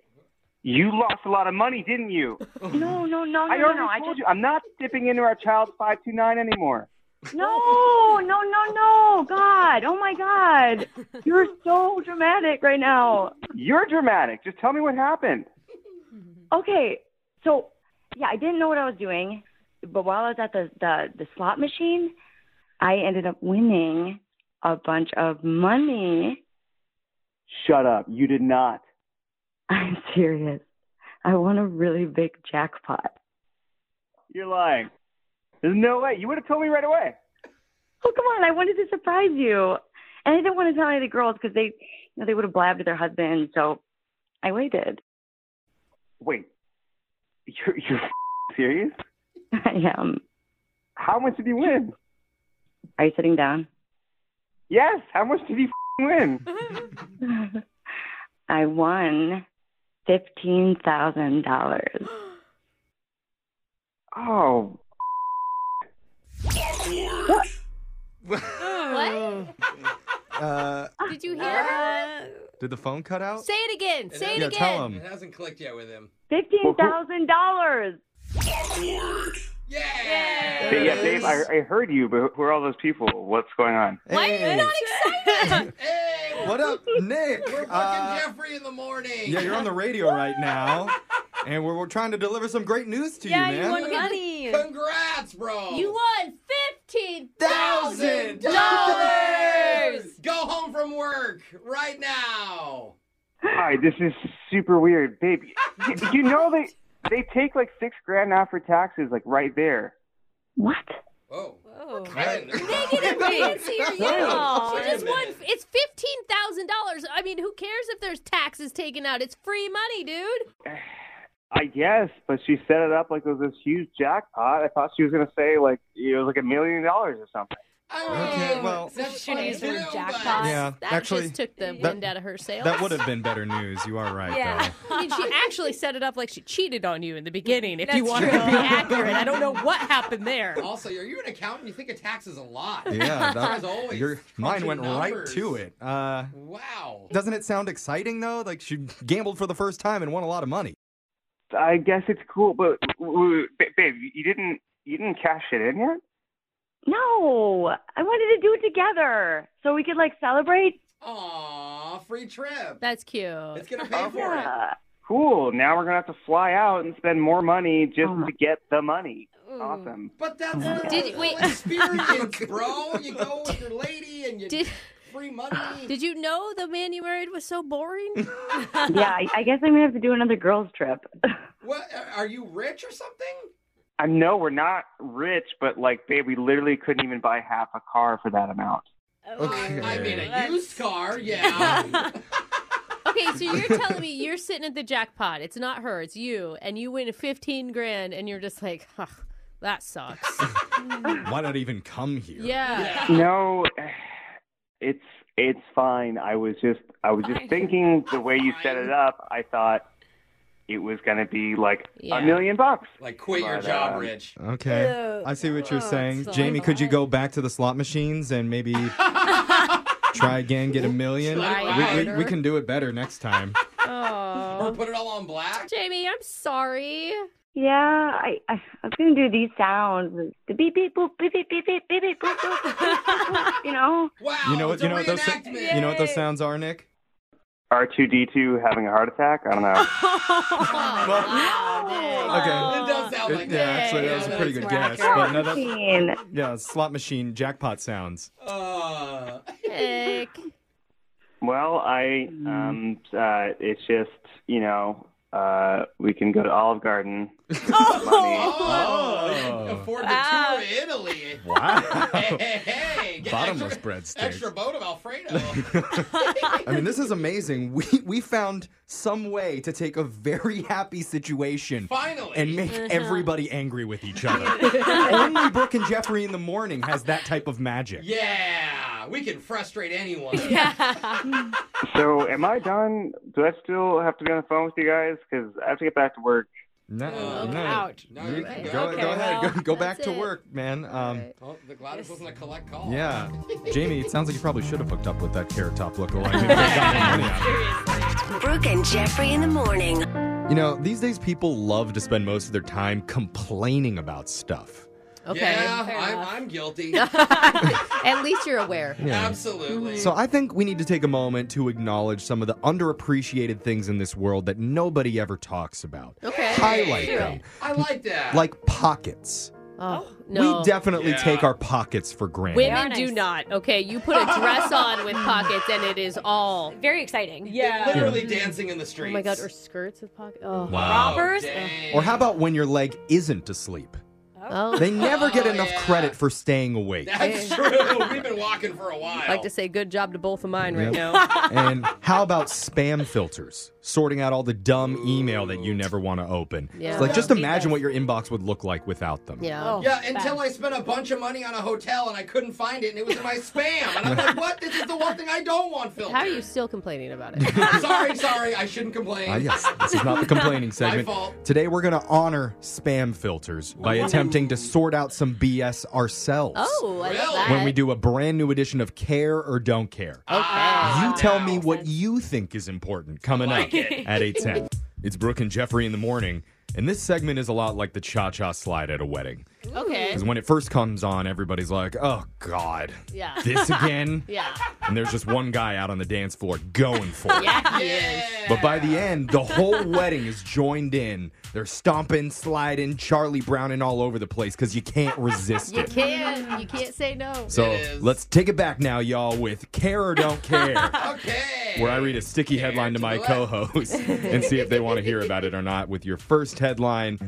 You lost a lot of money, didn't you? No, no, no, I no, already no. I told just you I'm not dipping into our child's five two nine anymore. No, no, no, no. God. Oh my God. You're so dramatic right now. You're dramatic. Just tell me what happened. Okay. So, yeah, I didn't know what I was doing, but while I was at the, the, the slot machine, I ended up winning a bunch of money. Shut up. You did not. I'm serious. I won a really big jackpot. You're lying. There's no way. You would have told me right away. Oh, come on. I wanted to surprise you. And I didn't want to tell any of the girls because they, you know, they would have blabbed to their husband. So I waited. Wait. You're, you're f***ing serious? I am. How much did you win? Are you sitting down? Yes. How much did you f***ing win? I won $15,000. Oh. What? what? Uh, Did you hear her? did the phone cut out? Say it again. Say it Yeah, again. tell him. It hasn't clicked yet with him. $15,000. Hey, yeah, Dave, I, I heard you, but who are all those people? What's going on? Why are you not excited? What up, Nick? We're fucking Uh, Jeffrey in the morning. yeah, you're on the radio right now, and we're, we're trying to deliver some great news to you, man. money. Congrats, bro. You won fifteen thousand dollars. Go home from work right now. Hi, this is super weird, babe. You, you know they they take like six grand off for taxes, like right there. Oh. Whoa. Karen. Negative Nancy or you. Wow. She just Wait a won. It's fifteen thousand dollars. I mean, who cares if there's taxes taken out? It's free money, dude. I guess, but she set it up like it was this huge jackpot. I thought she was gonna say like it was like a million dollars or something. Okay, well, That's funny too, but- jackpot. Yeah, that actually, just took the that- wind out of her sails. that would have been better news. You are right, Yeah. though. I mean, she actually set it up like she cheated on you in the beginning. If you That's want her to be accurate, I don't know what happened there. Also, are you an accountant? You think of taxes a lot. Yeah, As that, always. your mine went crunching right numbers. to it. Uh, Wow. doesn't it sound exciting though? Like she gambled for the first time and won a lot of money. I guess it's cool, but w- w- ba- babe, you didn't you didn't cash it in yet. No, I wanted to do it together so we could like celebrate. Aw, free trip. That's cute. It's gonna pay for it. Cool. Now we're gonna have to fly out and spend more money just to get the money. Awesome. But that's the Did- whole wait. experience, bro. You go with your lady and you Did- free money. Did you know the man you married was so boring? yeah, I, I guess I'm gonna have to do another girls trip. What? uh, Are you rich or something? I know we're not rich, but like, babe, we literally couldn't even buy half a car for that amount. Okay. I mean, a used car, yeah. Okay, so you're telling me you're sitting at the jackpot. It's not her, it's you, and you win 15 grand, and you're just like, huh, that sucks. Why not even come here? yeah. No, it's it's fine. I was just I was just thinking the way you set it up. I thought it was gonna be like Yeah. a million bucks. Like, quit your But, job, um, Rich. Okay, I see what you're saying, Jamie. Could you go back to the slot machines and maybe try again, get a million? Try We, we, we harder. can do it better next time. Or Oh. put it all on black. Jamie, I'm sorry. yeah, I, I, I was gonna do these sounds, the beep beep boop beep beep beep beep beep beep boop, boop, boop, boop, boop, you know. Wow. You know what? it's You a know what those? reenactment. You know what those sounds are, Nick? R two D two having a heart attack. I don't know. Oh, Okay. It does sound like yeah, that. actually, that was a Yeah, pretty that's good right. guess. But no, that's, Machine. yeah, slot machine jackpot sounds. Uh, Nick. Well, I um uh, it's just you know uh we can go to Olive Garden. Money. oh, Oh. afford the Ah. Wow. tour to Italy. Hey, Wow. hey, hey, get Bottomless extra, breadsticks. Extra boat of Alfredo. I mean, this is amazing. We we found some way to take a very happy situation Finally. and make everybody angry with each other. Only Brooke and Jeffrey in the morning has that type of magic. yeah, we can frustrate anyone. So, am I done? Do I still have to be on the phone with you guys? Because I have to get back to work. No, Oh, no. ouch. No, You- you're go, good. go Okay, ahead. well, go go back that's to it. work, man. Um, Well, the Gladys wasn't a collect call. Yeah. Jamie, it sounds like you probably should have hooked up with that carrot top lookalike. You could've gotten money out of it. Brooke and Jeffrey in the morning. You know, these days people love to spend most of their time complaining about stuff. Okay. Yeah, fair I'm, enough. I'm guilty. At least you're aware. Absolutely. So I think we need to take a moment to acknowledge some of the underappreciated things in this world that nobody ever talks about. Okay. Highlight them, I like that. like pockets. Oh, no. We definitely take our pockets for granted. Women do not. Okay, you put a dress on with pockets, and it is all very exciting. Yeah, Literally dancing in the streets. Oh my god, or skirts with pockets. Oh. Wow. Robbers? Or how about when your leg isn't asleep? Oh. They never get enough credit for staying awake. That's true. We've been walking for a while. I'd like to say good job to both of mine Yep. right now. and how about spam filters? Sorting out all the dumb email that you never want to open. Yeah. It's like just Don't do imagine what your inbox would look like without them. Yeah. yeah, until I spent a bunch of money on a hotel and I couldn't find it and it was in my spam. And I'm like, what? This is the one thing I don't want filtered. How are you still complaining about it? sorry, sorry. I shouldn't complain. Ah, yes, this is not the complaining segment. My fault. Today we're going to honor spam filters by Ooh. attempting to sort out some BS ourselves. Oh, I love When that. we do a brand new edition of Care or Don't Care. Ah. Okay. You tell me what you think is important coming like up it. at 810. It's Brooke and Jeffrey in the morning, and this segment is a lot like the cha cha slide at a wedding. okay. Because when it first comes on, everybody's like, oh, God. Yeah. This again? Yeah. And there's just one guy out on the dance floor going for it. Yeah, he is. But by the end, the whole wedding is joined in. They're stomping, sliding, Charlie Browning all over the place because you can't resist You it. can't. You can't say no. So let's take it back now, y'all, with Care or Don't Care, where I read a sticky headline to my co host and see if they want to hear about it or not. With your first headline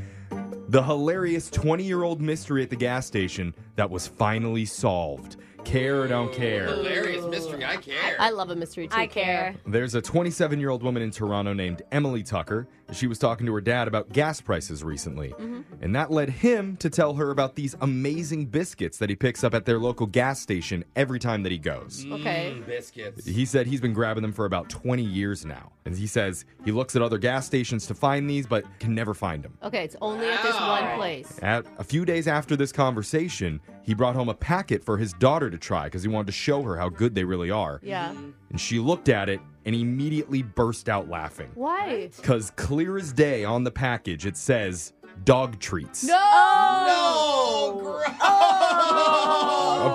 The hilarious 20 year old mystery at the gas station that was finally solved. Care or Don't Care. Hilarious mystery. I care. I love a mystery too. I care. There's a 27 year old woman in Toronto named Emily Tucker. She was talking to her dad about gas prices recently. And that led him to tell her about these amazing biscuits that he picks up at their local gas station every time that he goes. Mm, Okay. biscuits. He said he's been grabbing them for about 20 years now. And he says he looks at other gas stations to find these, but can never find them. Okay, it's only at this one place. At a few days after this conversation, he brought home a packet for his daughter to try because he wanted to show her how good they really are. Yeah. Mm. And she looked at it and immediately burst out laughing. Why? Because clear as day on the package, it says dog treats. No. No. Oh, Gross.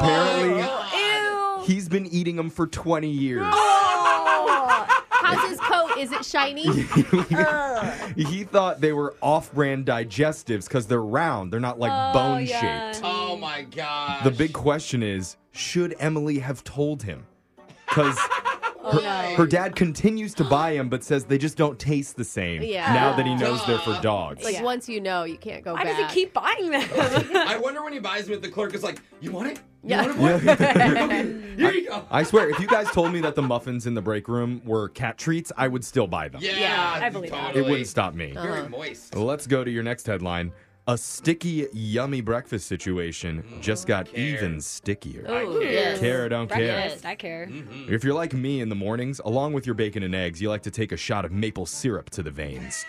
Oh. Apparently, he's been eating them for 20 years. Oh. How's his coat? Is it shiny? he thought they were off brand digestives because they're round, they're not like bone shaped. Oh my god. The big question is should Emily have told him? Because. Oh, Her, no. her dad continues to buy them, but says they just don't taste the same Yeah. now that he knows they're for dogs. Uh, Like once you know, you can't go Why back. does he keep buying them? I wonder when he buys them if the clerk is like, you want it? You Yeah. want it? What? Here you go. I swear, if you guys told me that the muffins in the break room were cat treats, I would still buy them. Yeah, I believe that. Uh-huh. It wouldn't stop me. Very moist. Let's go to your next headline. A sticky, yummy breakfast situation just got even stickier. Ooh, Care or don't Oh, Breakfast, I care. Mm-hmm. care. If you're like me in the mornings, along with your bacon and eggs, you like to take a shot of maple syrup to the veins.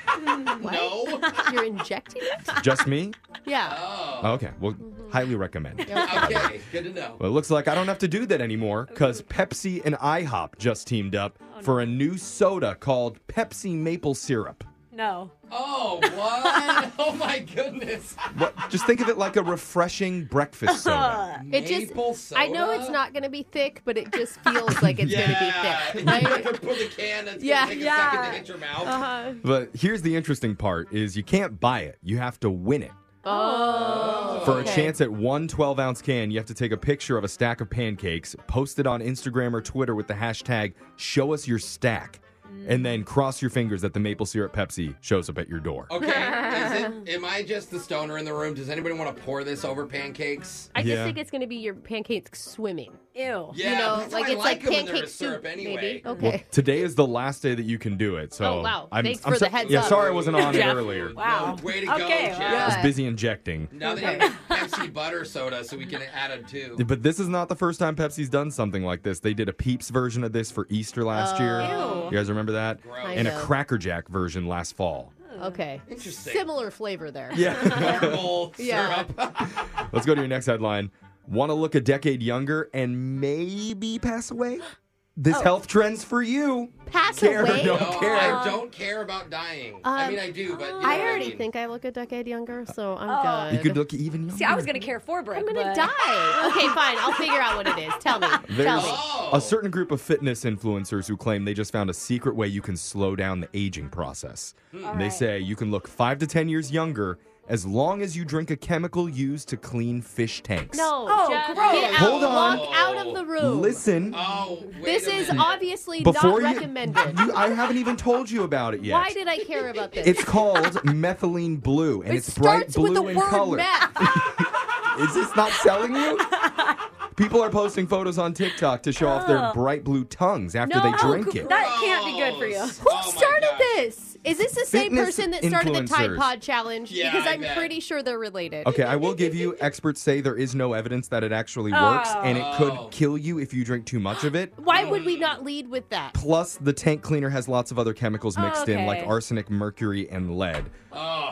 What? You're injecting it? just me? Yeah. Okay, well, highly recommend. Oh. Okay, good to know. Well, it looks like I don't have to do that anymore because Pepsi and IHOP just teamed up for a new soda called Pepsi Maple Syrup. No. Oh, what? oh my goodness. What? Just think of it like a refreshing breakfast soda. It just. Maple I know it's soda? not gonna be thick, but it just feels like it's Yeah, gonna be thick. and Right? you have to pull the can. It's Yeah, gonna take yeah. Uh-huh. a second to hit your mouth. But here's the interesting part is you can't buy it. You have to win it. Oh. For Okay. a chance at one 12 ounce can, you have to take a picture of a stack of pancakes, post it on Instagram or Twitter with the hashtag show us your stack, and then cross your fingers that the maple syrup Pepsi shows up at your Oh, door. Okay, is it, am I just the stoner in the room? Does anybody want to pour this over pancakes? I just Yeah. think it's gonna be your pancakes swimming. Ew. Yeah, you know, that's why like I like it's like, 'em when they're pancake with syrup soup, anyway. maybe. Okay. Well, today is the last day that you can do it. So Oh, wow. Thanks for the heads yeah, up. sorry I wasn't on it Jeff. earlier. Wow. Way to go, Okay, Jeff. all I was busy injecting. Now that you have Pepsi butter soda, so we can add them too. But this is not the first time Pepsi's done something like this. They did a Peeps version of this for Easter last year. Oh. You guys remember that? And a Kinda. Cracker Jack version last fall. Hmm. Okay. Interesting. Similar flavor there. Yeah. Caramel Yeah. syrup. Let's go to your next headline. Want to look a decade younger and maybe pass away? This Oh. health trend's for you. Pass Care or away. don't No, care. I don't care about dying. I Um, mean, I do, but you know I what already mean. think I look a decade younger, so I'm Oh. good. You could look even younger. See, I was gonna care for Brooke. I'm gonna but- die. Okay, fine. I'll figure out what it is. Tell me. Tell There's me. Oh. a certain group of fitness influencers who claim they just found a secret Hmm. way you can slow down the aging process. They say you can look five to 10 years younger as long as you drink a chemical used to clean fish tanks. No, Oh, Jeff, gross. get out. Hold on. Walk out of the room. Listen. Oh, this is obviously Before not you- recommended. You, I haven't even told you about it yet. Why did I care about this? It's called methylene blue, and It it's bright starts blue with the in word color. meth. Is this not selling you? People are posting photos on TikTok to show off their Ugh. bright blue tongues after Oh. No, they drink it. that can't be good for you. Who Oh my started this? Is this the same Fitness person that started the Tide influencers. Pod challenge? Yeah, because I I'm bet. pretty sure they're related. Okay, I will give you. Experts say there is no evidence that it actually works, and it Oh. could kill you if you drink too much of it. Why would we not lead with that? Plus, the tank cleaner has lots of other chemicals mixed in, like Okay. arsenic, mercury, and lead.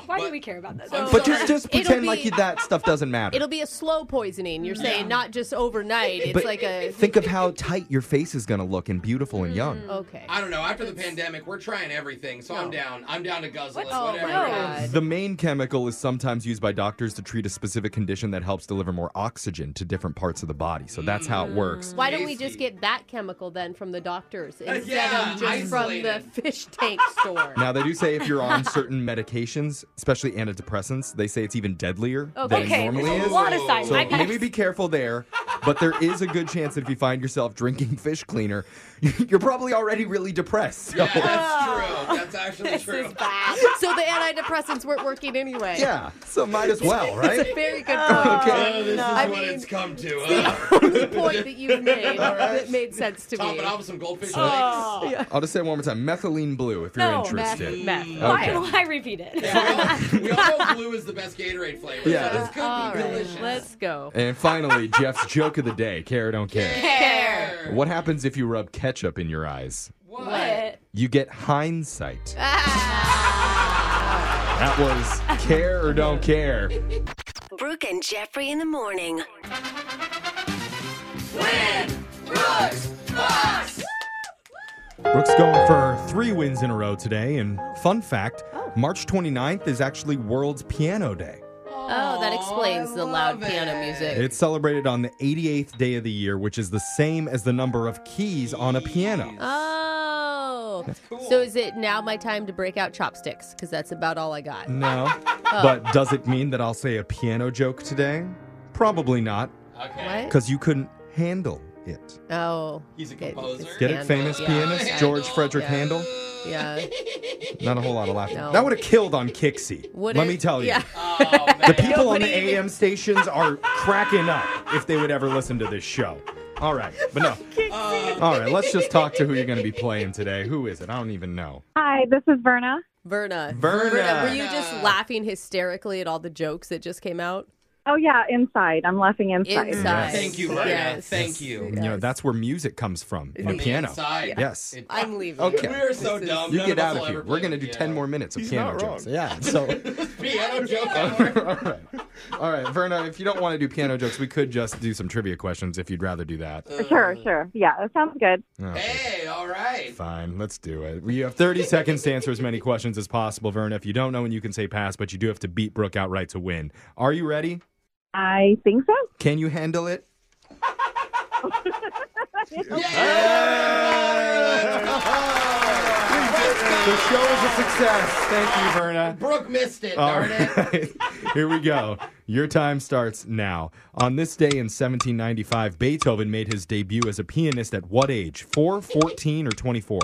Why do we care about that? but just just pretend like you- that stuff doesn't matter. It'll be a slow poisoning. You're saying not just overnight. It's But like a think of how tight your face is going to look and beautiful and young. okay. I don't know. After the pandemic, we're trying everything, so I'm down. I'm down to guzzle it, What? Oh, whatever my it Mm. is. The main chemical is sometimes used by doctors to treat a specific condition that helps deliver more oxygen to different parts of the body. So that's how it works. Mm. Why don't we just get that chemical then from the doctors instead yeah, of just from the fish tank store? Now they do say if you're on certain medications, especially antidepressants, they say it's even deadlier than Oh, Okay, it normally there's a is. lot of side so effects. maybe be careful there. But there is a good chance that if you find yourself drinking fish cleaner, you're probably already really depressed. So- That's Oh. true. That's actually true. so the antidepressants weren't working anyway. yeah. So might as well, It's a right? very good Oh, point. Okay. no, this is I what mean, it's come to. Huh? only point that you've made All right. that made sense to Top me. it off with some goldfish So- flakes. Yeah. I'll just say it one more time. Methylene blue if you're No, interested. meth, meth. Okay. Why, why repeat it? Mm. We all know blue is the best Gatorade flavor. Yeah. So this could All be right, delicious. Let's go. And finally, Jeff's joke of the day, care or don't care. Care. What happens if you rub ketchup in your eyes? What? You get hindsight. That was care or don't care. Brooke and Jeffrey in the morning. Brooks going for three wins in a row today. And fun fact March 29th is actually World's Piano Day. Oh, that explains the loud piano music. It's celebrated on the 88th day of the year, which is the same as the number of keys on a piano. Oh. So is it now my time to break out chopsticks? Because that's about all I got. No. Oh. But does it mean that I'll say a piano joke today? Probably not. Okay. Because you couldn't handle it. Oh. He's a composer. Get it? Famous pianist George Frederick Handel. Yeah. Not a whole lot of laughter. No. That would have killed on Kixie. Would Let it? me tell you. Yeah. Oh, the people on Nobody the AM stations are cracking up if they would ever listen to this show. All right, but no. Oh. All right, let's just talk to who you're going to be playing today. Who is it? I don't even know. Hi, this is Verna. Verna. Verna. Were you just laughing hysterically at all the jokes that just came out? Oh yeah, inside. I'm laughing inside. Inside. Thank you, Verna. Thank you. You know, that's where music comes from in From a the piano. inside. Yes. I'm leaving. Okay. We're so dumb. You None get of us out will of here. ever We're going to do 10 more minutes of He's piano not wrong. jokes. Yeah. So Piano joke. All right, Verna, if you don't want to do piano jokes, we could just do some trivia questions if you'd rather do that. Oh, Sure, sure. Yeah, that sounds good. Uh, Hey, all right. Fine, let's do it. We have 30 seconds to answer as many questions as possible, Verna. If you don't know when you can say pass, but you do have to beat Brooke outright to win. Are you ready? I think so. Can you handle it? The show is a success. Thank you, Verna. Brooke missed it. All darn it. right. Here we go. Your time starts now. On this day in 1795, Beethoven made his debut as a pianist at what age? 4, 14, or 24?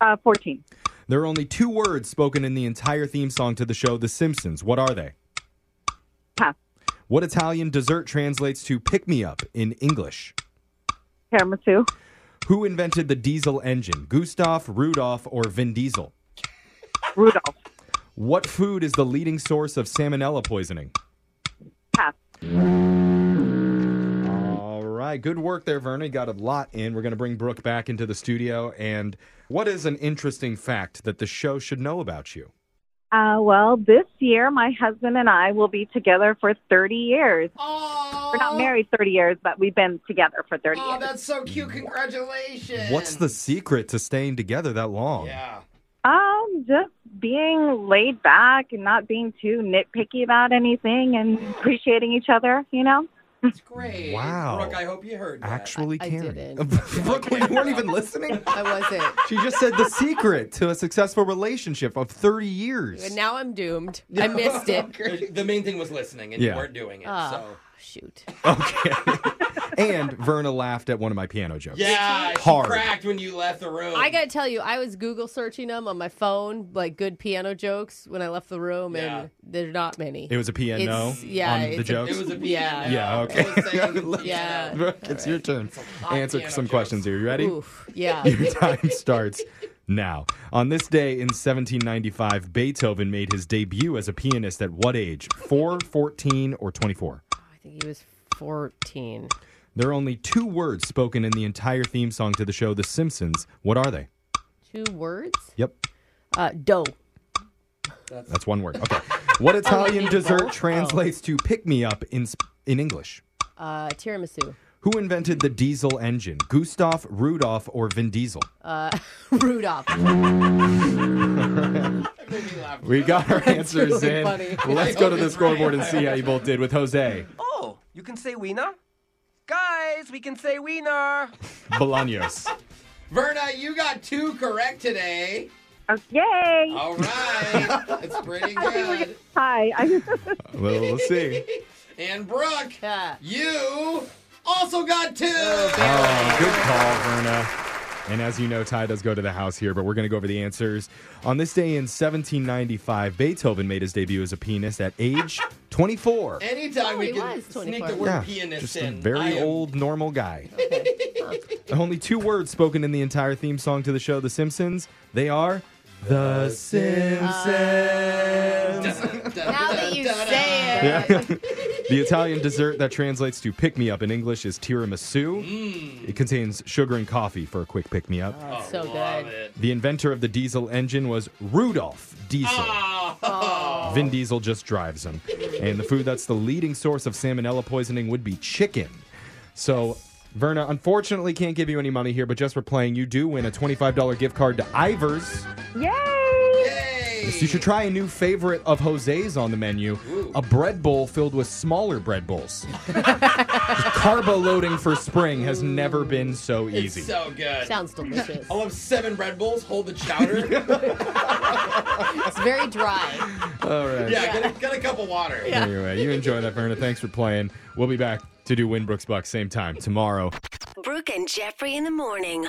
Uh, 14. There are only two words spoken in the entire theme song to the show The Simpsons. What are they? Pass. What Italian dessert translates to pick me up in English? Tiramisu. Who invented the diesel engine? Gustav, Rudolf, or Vin Diesel? Rudolph. What food is the leading source of salmonella poisoning? Pass. All right. Good work there, Verna. You got a lot in. We're going to bring Brooke back into the studio. And what is an interesting fact that the show should know about you? Uh, well, this year my husband and I will be together for 30 years. We're not married 30 years, but we've been together for 30 Oh, years. that's so cute. Congratulations. What's the secret to staying together that long? Yeah. Um, just being laid back and not being too nitpicky about anything and appreciating each other, you know? It's great. Wow. Brooke, I hope you heard that. Actually, caring. Brooke, you weren't even listening. I wasn't. She just said the secret to a successful relationship of 30 years. And now I'm doomed. I missed it. The main thing was listening, and Yeah. you weren't doing it. Ah, Oh, so shoot. And Verna laughed at one of my piano jokes. Yeah, she hard. Cracked when you left the room. I gotta tell you, I was Google searching them on my phone, like good piano jokes, when I left the room, and there's not many. It was a piano It's- yeah, on the it's jokes. A, yeah, Yeah. Okay. yeah, Brooke, it's your turn. Answer some questions here. You ready? yeah. Your time starts now. On this day in 1795, Beethoven made his debut as a pianist at what age? 4, 14, or 24? I think he was 14. There are only two words spoken in the entire theme song to the show The Simpsons. What are they? Two words? Yep. Uh, dough. That's one word. Okay. What Italian Unbelievable. dessert translates to pick me up in, sp- in English? Uh, tiramisu. Who invented the diesel engine? Gustav, Rudolf, or Vin Diesel? Uh, Rudolph. we got our answers really in. funny. Let's go to the scoreboard and see how you both did with Jose Oh, you can say wiener? Guys, we can say wiener. Bolaños. Verna, you got two correct today. Yay! All right. That's pretty good. Hi. I, Well, we'll see. And Brooke, you also got two. Oh, good call, Verna. And as you know, Ty does go to the house here, but we're going to go over the answers. On this day in 1795, Beethoven made his debut as a pianist at age 24. Anytime we Oh, he can was sneak 24. the word Yeah, pianist just a in. very old, normal guy. Only two words spoken in the entire theme song to the show, The Simpsons. They are The Uh, Simpsons. now that you say it. Yeah. the Italian dessert that translates to pick me up in English is tiramisu. It contains sugar and coffee for a quick pick me up. Oh, so good. The inventor of the diesel engine was Rudolf Diesel. Oh. Vin Diesel just drives him. and the food that's the leading source of salmonella poisoning would be chicken. So, Verna, unfortunately, can't give you any money here, but just for playing, you do win a $25 gift card to Ivers. Yay! You should try a new favorite of Jose's on the menu a bread bowl filled with smaller bread bowls. Just carbo loading for spring has never been so easy. It's so good. Sounds delicious. I'll have seven Red Bulls, hold the chowder. it's very dry. All right. Yeah, Get, a, get a cup of water. Anyway, you enjoy that, Verna. Thanks for playing. We'll be back to do Winbrook's Bucks same time tomorrow. Brooke and Jeffrey in the morning.